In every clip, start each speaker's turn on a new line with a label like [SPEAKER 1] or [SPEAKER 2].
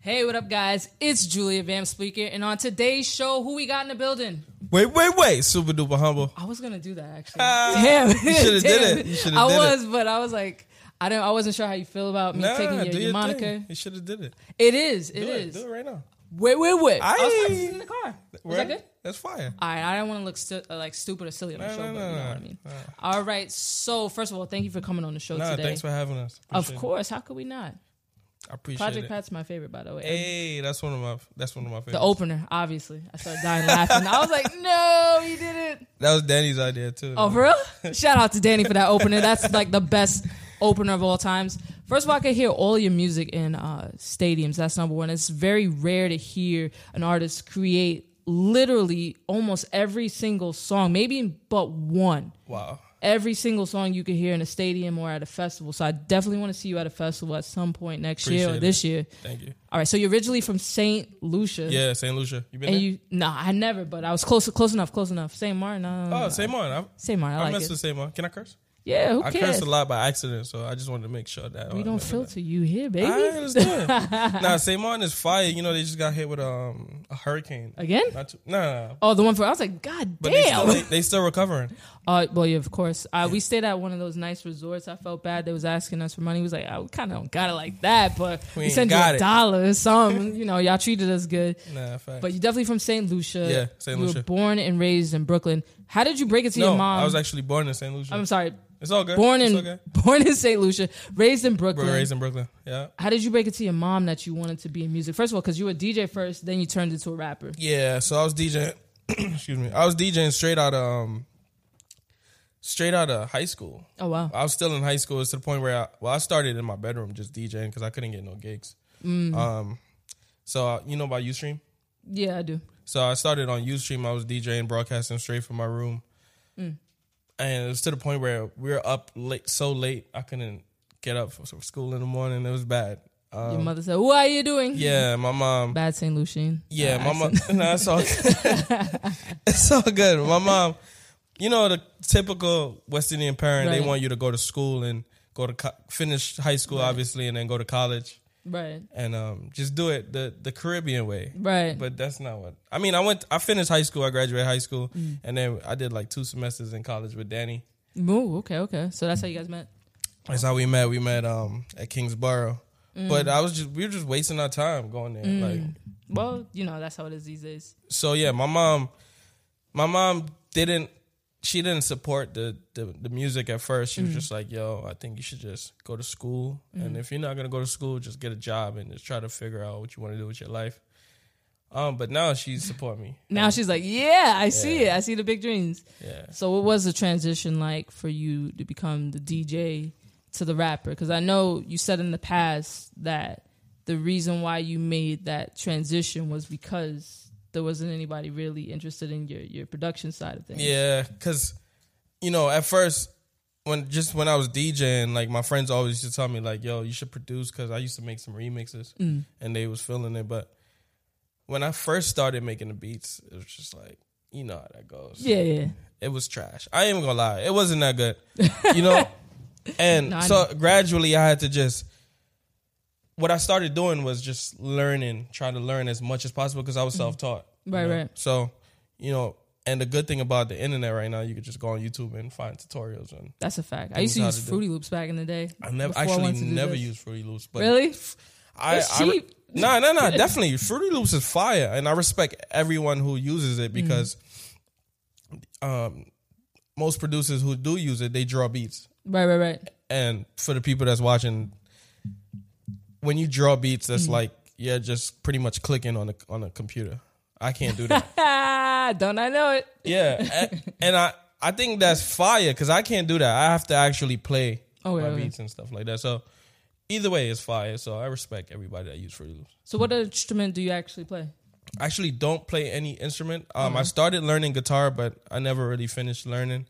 [SPEAKER 1] Hey, what up, guys? It's Julia Bam Speaker, and on today's show, who we got in the building?
[SPEAKER 2] Wait, wait, wait. Super duper humble.
[SPEAKER 1] I was gonna do that actually. damn,
[SPEAKER 2] Uh, you shoulda did
[SPEAKER 1] Damn.
[SPEAKER 2] it. You shoulda
[SPEAKER 1] I
[SPEAKER 2] did it.
[SPEAKER 1] was, but I was like, I don't. I wasn't sure how you feel about me taking your,
[SPEAKER 2] do
[SPEAKER 1] your moniker.
[SPEAKER 2] thing. You should have did it.
[SPEAKER 1] It is. It
[SPEAKER 2] Do
[SPEAKER 1] is.
[SPEAKER 2] it. Do it right now.
[SPEAKER 1] Wait, wait, wait. I, was
[SPEAKER 2] Aye.
[SPEAKER 1] practicing in the car. Was
[SPEAKER 2] Right?
[SPEAKER 1] that good?
[SPEAKER 2] That's fire.
[SPEAKER 1] All right, I don't want to look stu- uh, like stupid or silly on the
[SPEAKER 2] No,
[SPEAKER 1] show,
[SPEAKER 2] no,
[SPEAKER 1] but you
[SPEAKER 2] no,
[SPEAKER 1] know
[SPEAKER 2] no. Uh.
[SPEAKER 1] what I mean. All right, so first of all, thank you for coming on the show
[SPEAKER 2] Nah,
[SPEAKER 1] today.
[SPEAKER 2] thanks for having us.
[SPEAKER 1] of
[SPEAKER 2] Appreciate it.
[SPEAKER 1] course, how could we not?
[SPEAKER 2] I appreciate
[SPEAKER 1] Project
[SPEAKER 2] it.
[SPEAKER 1] Pat's my favorite, by the way.
[SPEAKER 2] Hey, that's one of my that's one of my
[SPEAKER 1] The
[SPEAKER 2] favorites.
[SPEAKER 1] opener, obviously. I started dying laughing. I was like, no, you didn't.
[SPEAKER 2] that was Danny's idea too.
[SPEAKER 1] Oh, for real? Shout out to Danny for that opener. That's like the best opener of all times. First of all, I could hear all your music in uh, stadiums. That's number one. It's very rare to hear an artist create literally almost every single song, maybe but one.
[SPEAKER 2] wow.
[SPEAKER 1] Every single song you could hear in a stadium or at a festival. So I definitely want to see you at a festival at some point next year or
[SPEAKER 2] Appreciate
[SPEAKER 1] this year.
[SPEAKER 2] Thank you.
[SPEAKER 1] All right. So you're originally from St. Lucia.
[SPEAKER 2] Yeah, St. Lucia. You been
[SPEAKER 1] And
[SPEAKER 2] there?
[SPEAKER 1] you, nah, I never, but I was close, close enough, close enough. St. Martin. I don't
[SPEAKER 2] oh,
[SPEAKER 1] know.
[SPEAKER 2] St. Martin. I,
[SPEAKER 1] St. Martin. I,
[SPEAKER 2] I,
[SPEAKER 1] like
[SPEAKER 2] messed
[SPEAKER 1] it.
[SPEAKER 2] with St. Martin. Can I curse?
[SPEAKER 1] Yeah, who
[SPEAKER 2] I
[SPEAKER 1] cares?
[SPEAKER 2] curse a lot by accident, so I just wanted to make sure that I
[SPEAKER 1] We don't
[SPEAKER 2] remember
[SPEAKER 1] filter you here, baby.
[SPEAKER 2] that. Oh, I understand. nah, St. Martin is fire. You know, they just got hit with um, a hurricane.
[SPEAKER 1] Again?
[SPEAKER 2] Not too, nah, nah, nah.
[SPEAKER 1] Oh, the one for I was like, God
[SPEAKER 2] But they
[SPEAKER 1] damn.
[SPEAKER 2] still, they, they still recovering.
[SPEAKER 1] uh, well, yeah, of course. Uh, We stayed at one of those nice resorts. I felt bad. They was asking us for money. We was like, I kind of don't got it like that, but
[SPEAKER 2] We
[SPEAKER 1] we,
[SPEAKER 2] ain't
[SPEAKER 1] sent you
[SPEAKER 2] got
[SPEAKER 1] a
[SPEAKER 2] it.
[SPEAKER 1] dollar or something. you know, y'all treated us good.
[SPEAKER 2] Nah, fact.
[SPEAKER 1] But you definitely from St. Lucia.
[SPEAKER 2] Yeah, St.
[SPEAKER 1] You
[SPEAKER 2] Lucia.
[SPEAKER 1] were born and raised in Brooklyn. How did you break it to
[SPEAKER 2] no,
[SPEAKER 1] your mom?
[SPEAKER 2] I was actually born in St. Lucia.
[SPEAKER 1] I'm sorry.
[SPEAKER 2] it's all good.
[SPEAKER 1] Born
[SPEAKER 2] it's
[SPEAKER 1] in
[SPEAKER 2] okay.
[SPEAKER 1] born in St. Lucia, raised in
[SPEAKER 2] Bro,
[SPEAKER 1] Brooklyn.
[SPEAKER 2] raised in Brooklyn. Yeah.
[SPEAKER 1] How did you break it to your mom that you wanted to be in music? First of all, because you were a DJ first, then you turned into a rapper.
[SPEAKER 2] Yeah, so I was DJing. excuse me. I was DJing straight out of um, straight out of high school.
[SPEAKER 1] Oh wow.
[SPEAKER 2] I was still in high school. It's to the point where I, well, I started in my bedroom just DJing because I couldn't get no gigs.
[SPEAKER 1] Mm.
[SPEAKER 2] Um, so uh, you know about UStream.
[SPEAKER 1] Yeah, I do.
[SPEAKER 2] So I started on UStream. I was DJing, broadcasting straight from my room,
[SPEAKER 1] Mm.
[SPEAKER 2] and it was to the point where we were up late, so late I couldn't get up for for school in the morning. It was bad. Um,
[SPEAKER 1] Your mother said, "What are you doing?"
[SPEAKER 2] yeah, my mom.
[SPEAKER 1] Bad Saint Lucian.
[SPEAKER 2] Yeah,
[SPEAKER 1] Uh,
[SPEAKER 2] my mom. No, it's all. it's all good. My mom. You know the typical West Indian parent. They
[SPEAKER 1] Right.
[SPEAKER 2] want you to go to school and go to co- finish high school, obviously, and then go to college
[SPEAKER 1] Right.
[SPEAKER 2] and um, just do it the the Caribbean way.
[SPEAKER 1] Right.
[SPEAKER 2] But that's not what I mean. I went. I finished high school. I graduated high school,
[SPEAKER 1] Mm.
[SPEAKER 2] and then I did like two semesters in college with Danny.
[SPEAKER 1] Ooh, okay, okay. So that's how you guys met.
[SPEAKER 2] That's how we met. We met um, at Kingsborough.
[SPEAKER 1] Mm.
[SPEAKER 2] But I was just we were just wasting our time going there. Like
[SPEAKER 1] Well, you know that's how it is these days.
[SPEAKER 2] so yeah, my mom, my mom didn't, she didn't support the the, the music at first. She was just like, "Yo, I think you should just go to school, and if you're not gonna go to school, just get a job and just try to figure out what you want to do with your life." Um, but now she support me. Um,
[SPEAKER 1] Now she's like, "Yeah, I see it. I see the big dreams."
[SPEAKER 2] Yeah.
[SPEAKER 1] So what was the transition like for you to become the DJ to the rapper? Because I know you said in the past that the reason why you made that transition was because there wasn't anybody really interested in your your production side of things.
[SPEAKER 2] Yeah, cause you know, at first when just when I was DJing, like my friends always used to tell me like, "Yo, you should produce," cause I used to make some remixes, and they was feeling it. But when I first started making the beats, it was just like, you know how that goes.
[SPEAKER 1] Yeah, yeah.
[SPEAKER 2] it was trash. I ain't even gonna lie, it wasn't that good, you know. And
[SPEAKER 1] No, I
[SPEAKER 2] so gradually, I had to just. What I started doing was just learning, trying to learn as much as possible because I was self taught.
[SPEAKER 1] Mm-hmm. Right, right.
[SPEAKER 2] So, you know, and the good thing about the internet right now, you could just go on YouTube and find tutorials. And
[SPEAKER 1] That's a fact. I used
[SPEAKER 2] Things
[SPEAKER 1] to
[SPEAKER 2] how
[SPEAKER 1] use
[SPEAKER 2] to do.
[SPEAKER 1] Fruity Loops back in the day.
[SPEAKER 2] I never
[SPEAKER 1] before
[SPEAKER 2] actually
[SPEAKER 1] went to do
[SPEAKER 2] never
[SPEAKER 1] this.
[SPEAKER 2] used Fruity Loops, but
[SPEAKER 1] Really?
[SPEAKER 2] I,
[SPEAKER 1] It's
[SPEAKER 2] I re-
[SPEAKER 1] cheap.
[SPEAKER 2] no, no, no. Definitely, Fruity Loops is fire, and I respect everyone who uses it because, um, most producers who do use it, they draw beats.
[SPEAKER 1] Right, right, right.
[SPEAKER 2] And for the people that's watching, when you draw beats, that's like yeah, just pretty much clicking on a on a computer. I can't do that.
[SPEAKER 1] Ah, don't I know it?
[SPEAKER 2] yeah, a- and I I think that's fire because I can't do that. I have to actually play
[SPEAKER 1] Okay,
[SPEAKER 2] my
[SPEAKER 1] okay.
[SPEAKER 2] beats and stuff like that. So either way, it's fire. So I respect everybody that use Fruity Loops.
[SPEAKER 1] So, what instrument do you actually play?
[SPEAKER 2] actually don't play any instrument. Um,
[SPEAKER 1] Mm-hmm.
[SPEAKER 2] I started learning guitar, but I never really finished learning.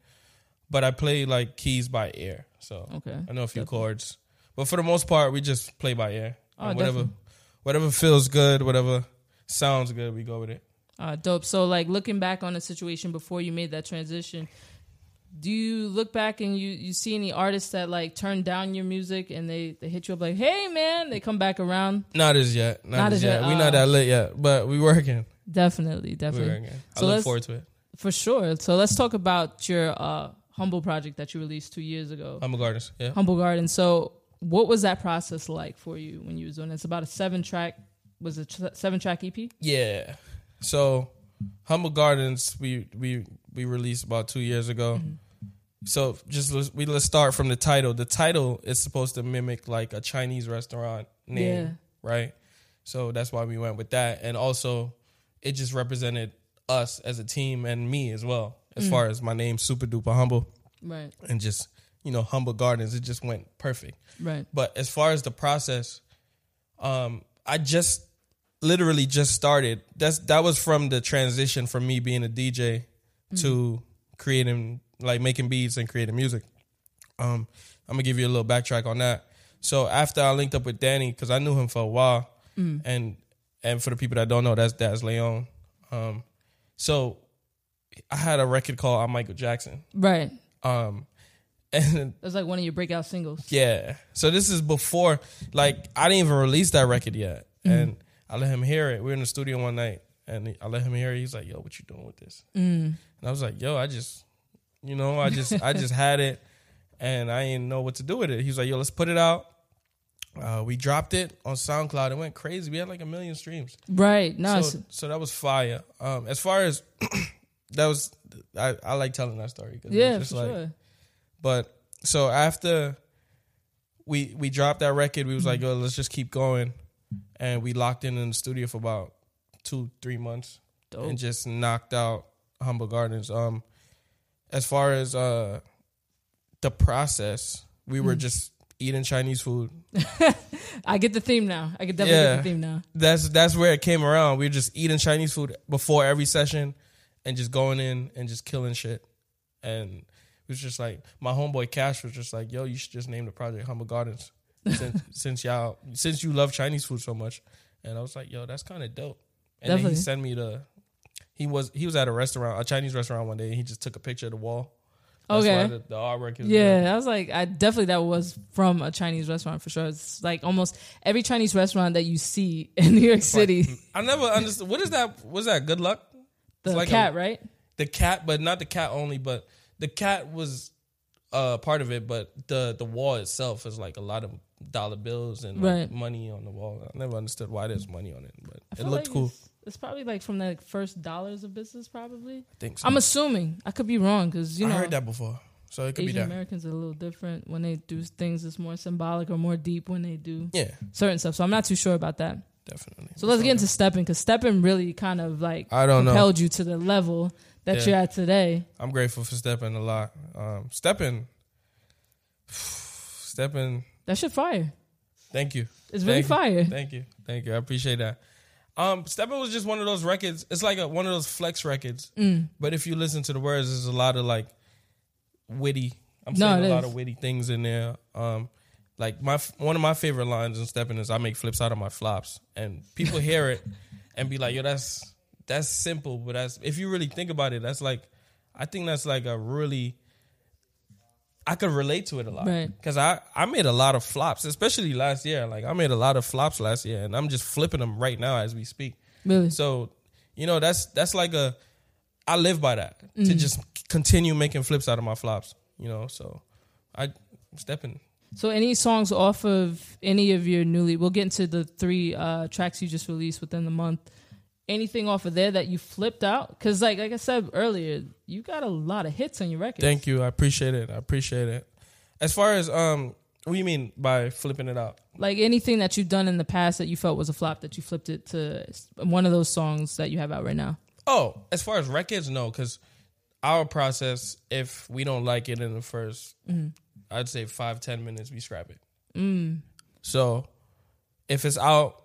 [SPEAKER 2] But I play like keys by ear, so
[SPEAKER 1] Okay,
[SPEAKER 2] I know a few chords. But for the most part, we just play by ear.
[SPEAKER 1] Oh,
[SPEAKER 2] And whatever,
[SPEAKER 1] definitely.
[SPEAKER 2] whatever feels good, whatever sounds good, we go with it.
[SPEAKER 1] Uh, dope. So, like looking back on the situation before you made that transition, do you look back and you you see any artists that like turn down your music and they they hit you up like, hey man, they come back around?
[SPEAKER 2] Not as yet. Not, as, yet. we not
[SPEAKER 1] uh,
[SPEAKER 2] that lit yet, but we working.
[SPEAKER 1] Definitely,
[SPEAKER 2] We
[SPEAKER 1] definitely.
[SPEAKER 2] working. I
[SPEAKER 1] So
[SPEAKER 2] look
[SPEAKER 1] let's-
[SPEAKER 2] forward to it.
[SPEAKER 1] For sure. So let's talk about your uh, humble project that you released two years ago,
[SPEAKER 2] I'm a gardener. Yeah.
[SPEAKER 1] Humble Garden. So what was that process like for you when you was doing it? It's about a seven track. Was it a seven track E EP?
[SPEAKER 2] Yeah. So Humble Gardens we we we released about 2 years ago. So just let's, we let's start from the title. The title is supposed to mimic like a Chinese restaurant name,
[SPEAKER 1] Yeah.
[SPEAKER 2] right? So that's why we went with that and also it just represented us as a team and me as well as far as my name Super Duper Humble
[SPEAKER 1] Right,
[SPEAKER 2] and just you know Humble Gardens it just went perfect.
[SPEAKER 1] right,
[SPEAKER 2] But as far as the process, um, I just literally just started. That's that was from the transition from me being a DJ to creating like making beats and creating music. Um, I'm gonna give you a little backtrack on that. So after I linked up with Danny, because I knew him for a while, and and for the people that don't know, that's that's Leon. Um, so I had a record called "I'm Michael Jackson,"
[SPEAKER 1] right.
[SPEAKER 2] um, and
[SPEAKER 1] That's like one of your breakout singles.
[SPEAKER 2] yeah. So this is before, like, I didn't even release that record yet,
[SPEAKER 1] Mm-hmm.
[SPEAKER 2] and I let him hear it. We were in the studio one night, and I let him hear it. He's like, "Yo, what you doing with this?" Mm. And I was like, "Yo, I just, you know, I just, I just had it, and I didn't know what to do with it." He was like, "Yo, let's put it out." Uh, we dropped it on SoundCloud. It went crazy. We had like a million streams.
[SPEAKER 1] Right. No,
[SPEAKER 2] So,
[SPEAKER 1] it's-
[SPEAKER 2] so that was fire. Um, as far as that was, I, I like telling that story because
[SPEAKER 1] yeah,
[SPEAKER 2] it's
[SPEAKER 1] for
[SPEAKER 2] just like,
[SPEAKER 1] sure.
[SPEAKER 2] but so after we we dropped that record, we was like, "Yo, let's just keep going," and we locked in in the studio for about two three months
[SPEAKER 1] Dope.
[SPEAKER 2] and just knocked out Humble Gardens. Um, as far as uh the process, we were just eating Chinese food.
[SPEAKER 1] I get the theme now. I can definitely
[SPEAKER 2] Yeah.
[SPEAKER 1] get the theme now.
[SPEAKER 2] That's that's where it came around. We were just eating Chinese food before every session, and just going in and just killing shit. And it was just like my homeboy Cash was just like, "Yo, you should just name the project Humble Gardens since, since y'all since you love Chinese food so much." And I was like, "Yo, that's kind of dope." And then
[SPEAKER 1] Definitely.
[SPEAKER 2] he sent me the he was he was at a restaurant a Chinese restaurant one day. and He just took a picture of the wall. That's
[SPEAKER 1] Okay.
[SPEAKER 2] why the, the artwork is
[SPEAKER 1] Yeah, I was like, I definitely that was from a Chinese restaurant for sure. It's like almost every Chinese restaurant that you see in New York City,
[SPEAKER 2] I never understood what is that? Was that good luck?
[SPEAKER 1] the
[SPEAKER 2] like a-
[SPEAKER 1] cat, right?
[SPEAKER 2] the cat, but not the cat only, but the cat was uh part of it, but the the wall itself is like a lot of dollar bills and like,
[SPEAKER 1] Right.
[SPEAKER 2] money on the wall. I never understood why there's money on it, but
[SPEAKER 1] I
[SPEAKER 2] it
[SPEAKER 1] feel
[SPEAKER 2] looked
[SPEAKER 1] like
[SPEAKER 2] cool.
[SPEAKER 1] It's, it's probably like from the first dollars of business, probably.
[SPEAKER 2] I think so.
[SPEAKER 1] I'm assuming. I could be wrong because you know
[SPEAKER 2] I heard that before, so it could be
[SPEAKER 1] Asian
[SPEAKER 2] that.
[SPEAKER 1] Americans are a little different when they do things. It's more symbolic or more deep when they do
[SPEAKER 2] Yeah,
[SPEAKER 1] certain stuff. So I'm not too sure about that.
[SPEAKER 2] definitely.
[SPEAKER 1] So let's get into stepping because stepping really kind of like
[SPEAKER 2] I don't know.
[SPEAKER 1] propelled you to the level that
[SPEAKER 2] Yeah.
[SPEAKER 1] you're at today.
[SPEAKER 2] I'm grateful for stepping a lot. Um, stepping, stepping.
[SPEAKER 1] That should fire.
[SPEAKER 2] Thank you.
[SPEAKER 1] It's really
[SPEAKER 2] Thank
[SPEAKER 1] fire.
[SPEAKER 2] Thank you. Thank you. I appreciate that. Um, Steppin' was just one of those records. It's like a, one of those flex records.
[SPEAKER 1] Mm.
[SPEAKER 2] But if you listen to the words, there's a lot of like witty. I'm
[SPEAKER 1] No,
[SPEAKER 2] saying
[SPEAKER 1] it
[SPEAKER 2] a lot
[SPEAKER 1] is.
[SPEAKER 2] of witty things in there. Um, like my f- one of my favorite lines in Steppin' is "I make flips out of my flops," and people hear it and be like, "Yo, that's that's simple." But that's if you really think about it, that's like I think that's like a really I could relate to it a lot
[SPEAKER 1] Right.
[SPEAKER 2] because I I made a lot of flops, especially last year. Like I made a lot of flops last year, and I'm just flipping them right now as we speak.
[SPEAKER 1] Really.
[SPEAKER 2] So you know that's that's like a I live by that to just continue making flips out of my flops. You know, so I stepping.
[SPEAKER 1] So, any songs off of any of your newly? We'll get into the three uh, tracks you just released within the month. Anything off of there that you flipped out? Because, like, like I said earlier, you got a lot of hits on your record.
[SPEAKER 2] Thank you, I appreciate it. I appreciate it. As far as um, what do you mean by flipping it out?
[SPEAKER 1] Like anything that you've done in the past that you felt was a flop, that you flipped it to s- one of those songs that you have out right now.
[SPEAKER 2] Oh, as far as records, no, because our process, if we don't like it in the 1st i I'd say five ten minutes, we scrap it. So if it's out,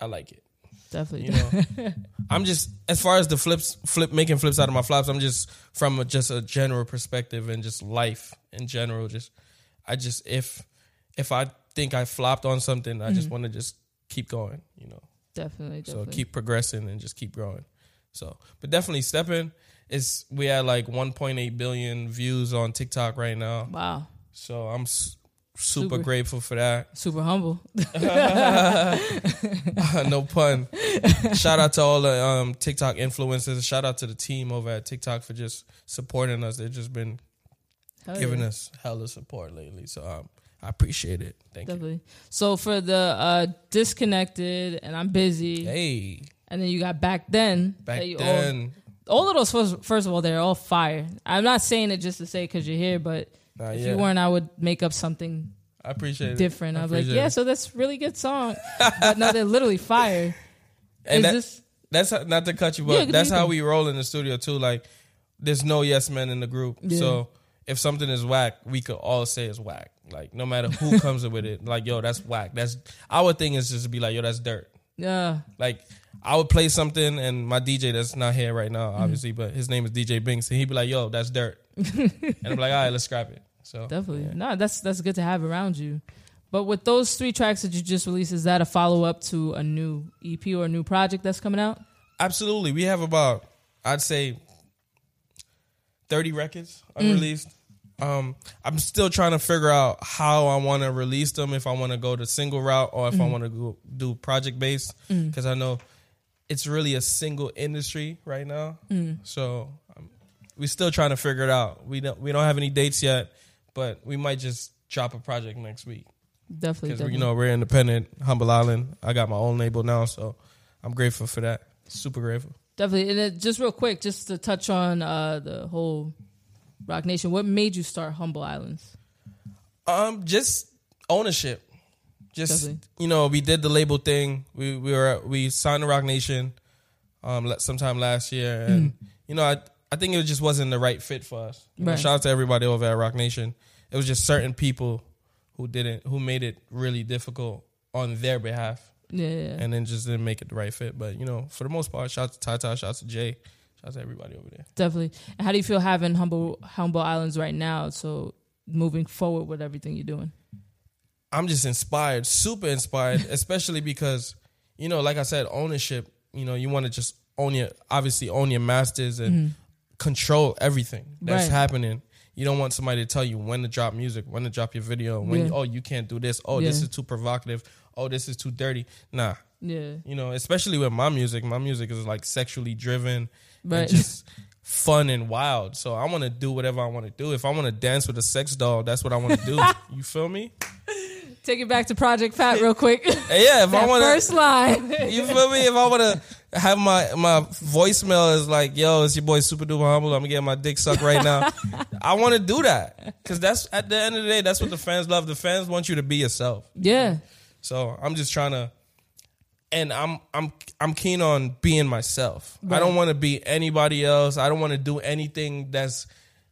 [SPEAKER 2] I like it.
[SPEAKER 1] Definitely.
[SPEAKER 2] You know, I'm just as far as the flips, flip making flips out of my flops. I'm just from a, just a general perspective and just life in general. Just I just if if I think I flopped on something, I just want to just keep going. You know,
[SPEAKER 1] Definitely. Definitely.
[SPEAKER 2] so keep progressing and just keep growing. So, but definitely stepping. It's we had like 1.8 billion views on TikTok right now.
[SPEAKER 1] Wow.
[SPEAKER 2] So I'm s- super,
[SPEAKER 1] Super.
[SPEAKER 2] grateful for that.
[SPEAKER 1] Super humble.
[SPEAKER 2] no pun. Shout out to all the um, TikTok influencers. Shout out to the team over at TikTok for just supporting us. They've just been
[SPEAKER 1] Hell
[SPEAKER 2] giving
[SPEAKER 1] Oh, yeah.
[SPEAKER 2] us hella support lately. So um, I appreciate it. Thank
[SPEAKER 1] Definitely. So for the uh, disconnected and I'm busy,
[SPEAKER 2] you. Hey,
[SPEAKER 1] and then you got back then.
[SPEAKER 2] back
[SPEAKER 1] that you all-
[SPEAKER 2] then.
[SPEAKER 1] All, of those first, first of all, they're all fire. I'm not saying it just to say because you're here, but
[SPEAKER 2] Nah,
[SPEAKER 1] if
[SPEAKER 2] Uh, yeah.
[SPEAKER 1] you weren't, I would make up something
[SPEAKER 2] I appreciate it.
[SPEAKER 1] different.
[SPEAKER 2] I
[SPEAKER 1] I was like,
[SPEAKER 2] appreciate
[SPEAKER 1] yeah,
[SPEAKER 2] it.
[SPEAKER 1] so that's really good song. but no, they're literally fire.
[SPEAKER 2] And
[SPEAKER 1] Is
[SPEAKER 2] that-
[SPEAKER 1] this
[SPEAKER 2] that's how, not to cut you,
[SPEAKER 1] Yeah,
[SPEAKER 2] but
[SPEAKER 1] you
[SPEAKER 2] that's how
[SPEAKER 1] can.
[SPEAKER 2] we roll in the studio too. Like, there's no yes men in the group.
[SPEAKER 1] Yeah.
[SPEAKER 2] So if something is whack, we could all say it's whack. Like, no matter who comes in with it, like, yo, that's whack. That's our thing is just to be like, yo, that's dirt.
[SPEAKER 1] yeah.
[SPEAKER 2] Like, I would play something, and my DJ that's not here right
[SPEAKER 1] Mm-hmm.
[SPEAKER 2] now, obviously, but his name is DJ Binks, and he'd be like, yo, that's dirt. and I'm like, all right, let's scrap it. So
[SPEAKER 1] Definitely.
[SPEAKER 2] yeah.
[SPEAKER 1] No, that's that's good to have around you. But with those three tracks that you just released, is that a follow up to a new EP or a new project that's coming out?
[SPEAKER 2] Absolutely. We have about I'd say 30 records unreleased. Um I'm still trying to figure out how I want to release them if I want to go the single route or if I want to go do project based cuz I know it's really a single industry right now. So um, we're still trying to figure it out. We don't we don't have any dates yet, but we might just drop a project next week
[SPEAKER 1] Definitely.
[SPEAKER 2] because
[SPEAKER 1] definitely.
[SPEAKER 2] you know we're independent, humble island. I got my own label now, so I'm grateful for that. Super grateful.
[SPEAKER 1] Definitely. And then just real quick, just to touch on uh, the whole Rock Nation, what made you start Humble Islands?
[SPEAKER 2] Um, just ownership. Just
[SPEAKER 1] Definitely.
[SPEAKER 2] you know, we did the label thing. We we were we signed to Rock Nation, um, la- sometime last year, and you know, I I think it just wasn't the right fit for us. You know,
[SPEAKER 1] Hmm. Right.
[SPEAKER 2] shout out to everybody over at Rock Nation. It was just certain people who didn't who made it really difficult on their behalf.
[SPEAKER 1] Yeah, yeah, yeah.
[SPEAKER 2] and then just didn't make it the right fit. But you know, for the most part, shout out to Tata, shout out to Jay, shout out to everybody over there.
[SPEAKER 1] definitely. And how do you feel having Humble Humble Islands right now? So moving forward with everything you're doing.
[SPEAKER 2] I'm just inspired, super inspired, especially because you know, like I said, ownership. You know, you want to just own your, obviously own your masters and control everything that's
[SPEAKER 1] Mm-hmm. Right.
[SPEAKER 2] happening. You don't want somebody to tell you when to drop music, when to drop your video, when
[SPEAKER 1] Yeah.
[SPEAKER 2] you, oh you can't do this, oh this
[SPEAKER 1] Yeah.
[SPEAKER 2] is too provocative, oh this is too dirty. Nah,
[SPEAKER 1] Yeah.
[SPEAKER 2] you know, especially with my music. My music is like sexually driven
[SPEAKER 1] Right.
[SPEAKER 2] and just fun and wild. So I want to do whatever I want to do. If I want to dance with a sex doll, that's what I want to do. you feel me?
[SPEAKER 1] Take it back to Project Fat real quick.
[SPEAKER 2] And yeah, if I
[SPEAKER 1] That
[SPEAKER 2] want
[SPEAKER 1] first
[SPEAKER 2] to,
[SPEAKER 1] line.
[SPEAKER 2] you feel me? If I want to have my my voicemail is like, yo, it's your boy Super Duper Humble. I'm getting my dick sucked right now. I want to do that because that's at the end of the day, that's what the fans love. The fans want you to be yourself.
[SPEAKER 1] yeah.
[SPEAKER 2] So I'm just trying to, and I'm I'm I'm keen on being myself. I don't want to be anybody else. I don't want to do anything that's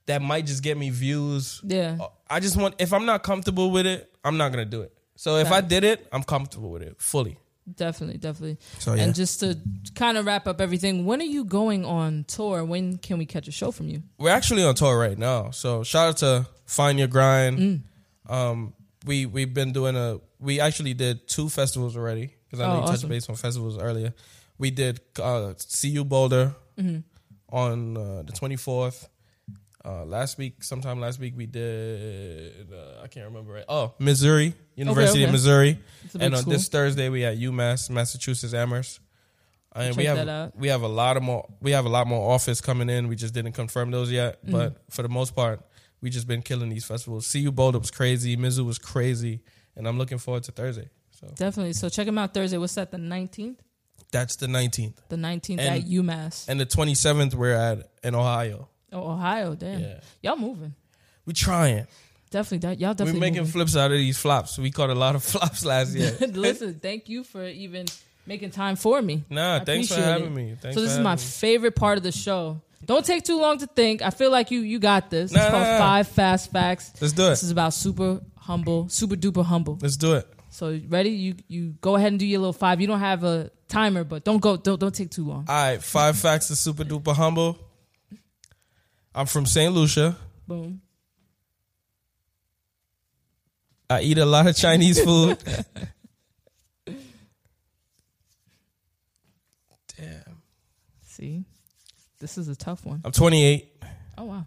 [SPEAKER 2] that might just get me views.
[SPEAKER 1] Yeah.
[SPEAKER 2] I just want if I'm not comfortable with it, I'm not gonna do it. So if I
[SPEAKER 1] Facts.
[SPEAKER 2] did it, I'm comfortable with it fully.
[SPEAKER 1] Definitely, definitely.
[SPEAKER 2] So, Oh, yeah.
[SPEAKER 1] And just to kind of wrap up everything, when are you going on tour? When can we catch a show from you?
[SPEAKER 2] We're actually on tour right now. So shout out to Find Your Grind.
[SPEAKER 1] Mm.
[SPEAKER 2] Um, we we've been doing a we actually did two festivals already because I know
[SPEAKER 1] Oh,
[SPEAKER 2] you
[SPEAKER 1] awesome.
[SPEAKER 2] touched base on festivals earlier. We did uh, CU Boulder
[SPEAKER 1] Mm-hmm.
[SPEAKER 2] on uh, the twenty fourth. Uh, last week, sometime last week, we did uh, I can't remember it. Oh, Missouri University
[SPEAKER 1] okay.
[SPEAKER 2] of Missouri,
[SPEAKER 1] It's a big
[SPEAKER 2] and on
[SPEAKER 1] school.
[SPEAKER 2] this Thursday we at UMass Massachusetts Amherst. And we
[SPEAKER 1] Check
[SPEAKER 2] have
[SPEAKER 1] that out.
[SPEAKER 2] we have a lot of more we have a lot more offers coming in. We just didn't confirm those yet,
[SPEAKER 1] Mm-hmm.
[SPEAKER 2] but for the most part, we just been killing these festivals. CU Boulder was crazy, Mizzou was crazy, and I'm looking forward to Thursday. So
[SPEAKER 1] Definitely. So check them out Thursday. What's that? The nineteenth.
[SPEAKER 2] that's the 19th
[SPEAKER 1] The nineteenth
[SPEAKER 2] And-
[SPEAKER 1] at UMass.
[SPEAKER 2] and the 27th we're at in Ohio.
[SPEAKER 1] oh, Ohio. Damn.
[SPEAKER 2] Yeah,
[SPEAKER 1] Y'all moving.
[SPEAKER 2] we trying.
[SPEAKER 1] Definitely. that- Y'all definitely.
[SPEAKER 2] We're making
[SPEAKER 1] moving.
[SPEAKER 2] flips out of these flops. We caught a lot of flops last year.
[SPEAKER 1] Listen, thank you for even making time for me.
[SPEAKER 2] nah,
[SPEAKER 1] I
[SPEAKER 2] thanks for
[SPEAKER 1] appreciate
[SPEAKER 2] having
[SPEAKER 1] it.
[SPEAKER 2] me. Thanks
[SPEAKER 1] so this
[SPEAKER 2] for
[SPEAKER 1] is my
[SPEAKER 2] having me.
[SPEAKER 1] favorite part of the show. Don't take too long to think. I feel like you you got this.
[SPEAKER 2] Nah,
[SPEAKER 1] it's called
[SPEAKER 2] nah, nah.
[SPEAKER 1] Five Fast Facts.
[SPEAKER 2] Let's do
[SPEAKER 1] This
[SPEAKER 2] it.
[SPEAKER 1] is about super humble, super duper humble.
[SPEAKER 2] Let's do it.
[SPEAKER 1] So ready? You you go ahead and do your little five. You don't have a timer, but don't go. Don't don't take too long.
[SPEAKER 2] All right, five facts to super duper humble. I'm from St. Lucia.
[SPEAKER 1] Boom.
[SPEAKER 2] I eat a lot of Chinese food. Damn.
[SPEAKER 1] See, this is a tough one.
[SPEAKER 2] I'm 28.
[SPEAKER 1] Oh wow,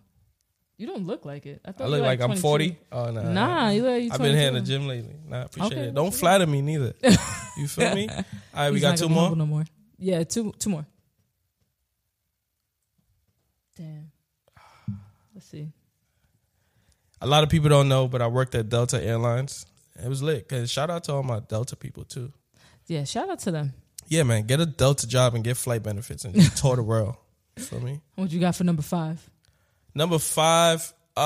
[SPEAKER 1] you don't look like it. I, thought
[SPEAKER 2] I
[SPEAKER 1] you
[SPEAKER 2] look
[SPEAKER 1] were,
[SPEAKER 2] like, I'm
[SPEAKER 1] 22.
[SPEAKER 2] 40. Oh no.
[SPEAKER 1] Nah, you look like you
[SPEAKER 2] I've been here in the
[SPEAKER 1] 22.
[SPEAKER 2] gym lately. Nah, I appreciate
[SPEAKER 1] Okay.
[SPEAKER 2] it. Don't flatter me neither. you feel me? All right, we
[SPEAKER 1] He's
[SPEAKER 2] got
[SPEAKER 1] not
[SPEAKER 2] two
[SPEAKER 1] gonna be
[SPEAKER 2] more.
[SPEAKER 1] humble No more. Yeah, two two more. Damn. Let's see.
[SPEAKER 2] A lot of people don't know, but I worked at Delta Airlines. It was lit. Cause shout out to all my Delta people too.
[SPEAKER 1] Yeah, shout out to them.
[SPEAKER 2] Yeah, man, get a Delta job and get flight benefits and just tour the world. You feel me?
[SPEAKER 1] What you got for number five?
[SPEAKER 2] Number five, uh,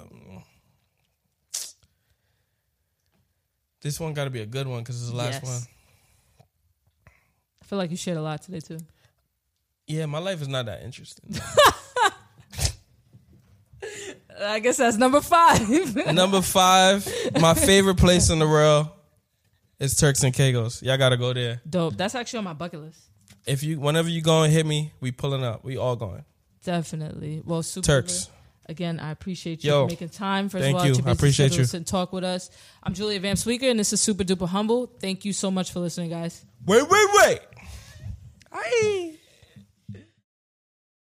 [SPEAKER 2] um, this one got to be a good one because it's the
[SPEAKER 1] Yes.
[SPEAKER 2] last one.
[SPEAKER 1] I feel like you shared a lot today too.
[SPEAKER 2] Yeah, my life is not that interesting.
[SPEAKER 1] I guess that's number five.
[SPEAKER 2] Number five, my favorite place in the world is Turks and Caicos. Y'all gotta go there.
[SPEAKER 1] Dope. That's actually on my bucket list.
[SPEAKER 2] If you, whenever you go and hit me, we pulling up. We all going.
[SPEAKER 1] Definitely. Well, super.
[SPEAKER 2] Turks.
[SPEAKER 1] Again, I appreciate you
[SPEAKER 2] Yo,
[SPEAKER 1] for making time. First
[SPEAKER 2] thank
[SPEAKER 1] of all,
[SPEAKER 2] you.
[SPEAKER 1] at your
[SPEAKER 2] I
[SPEAKER 1] busy
[SPEAKER 2] appreciate
[SPEAKER 1] schedule
[SPEAKER 2] you.
[SPEAKER 1] to sit and talk with us. I'm Julia Vamp Sweeker, and this is Super Duper Humble. Thank you so much for listening, guys.
[SPEAKER 2] Wait, wait, wait. Aye.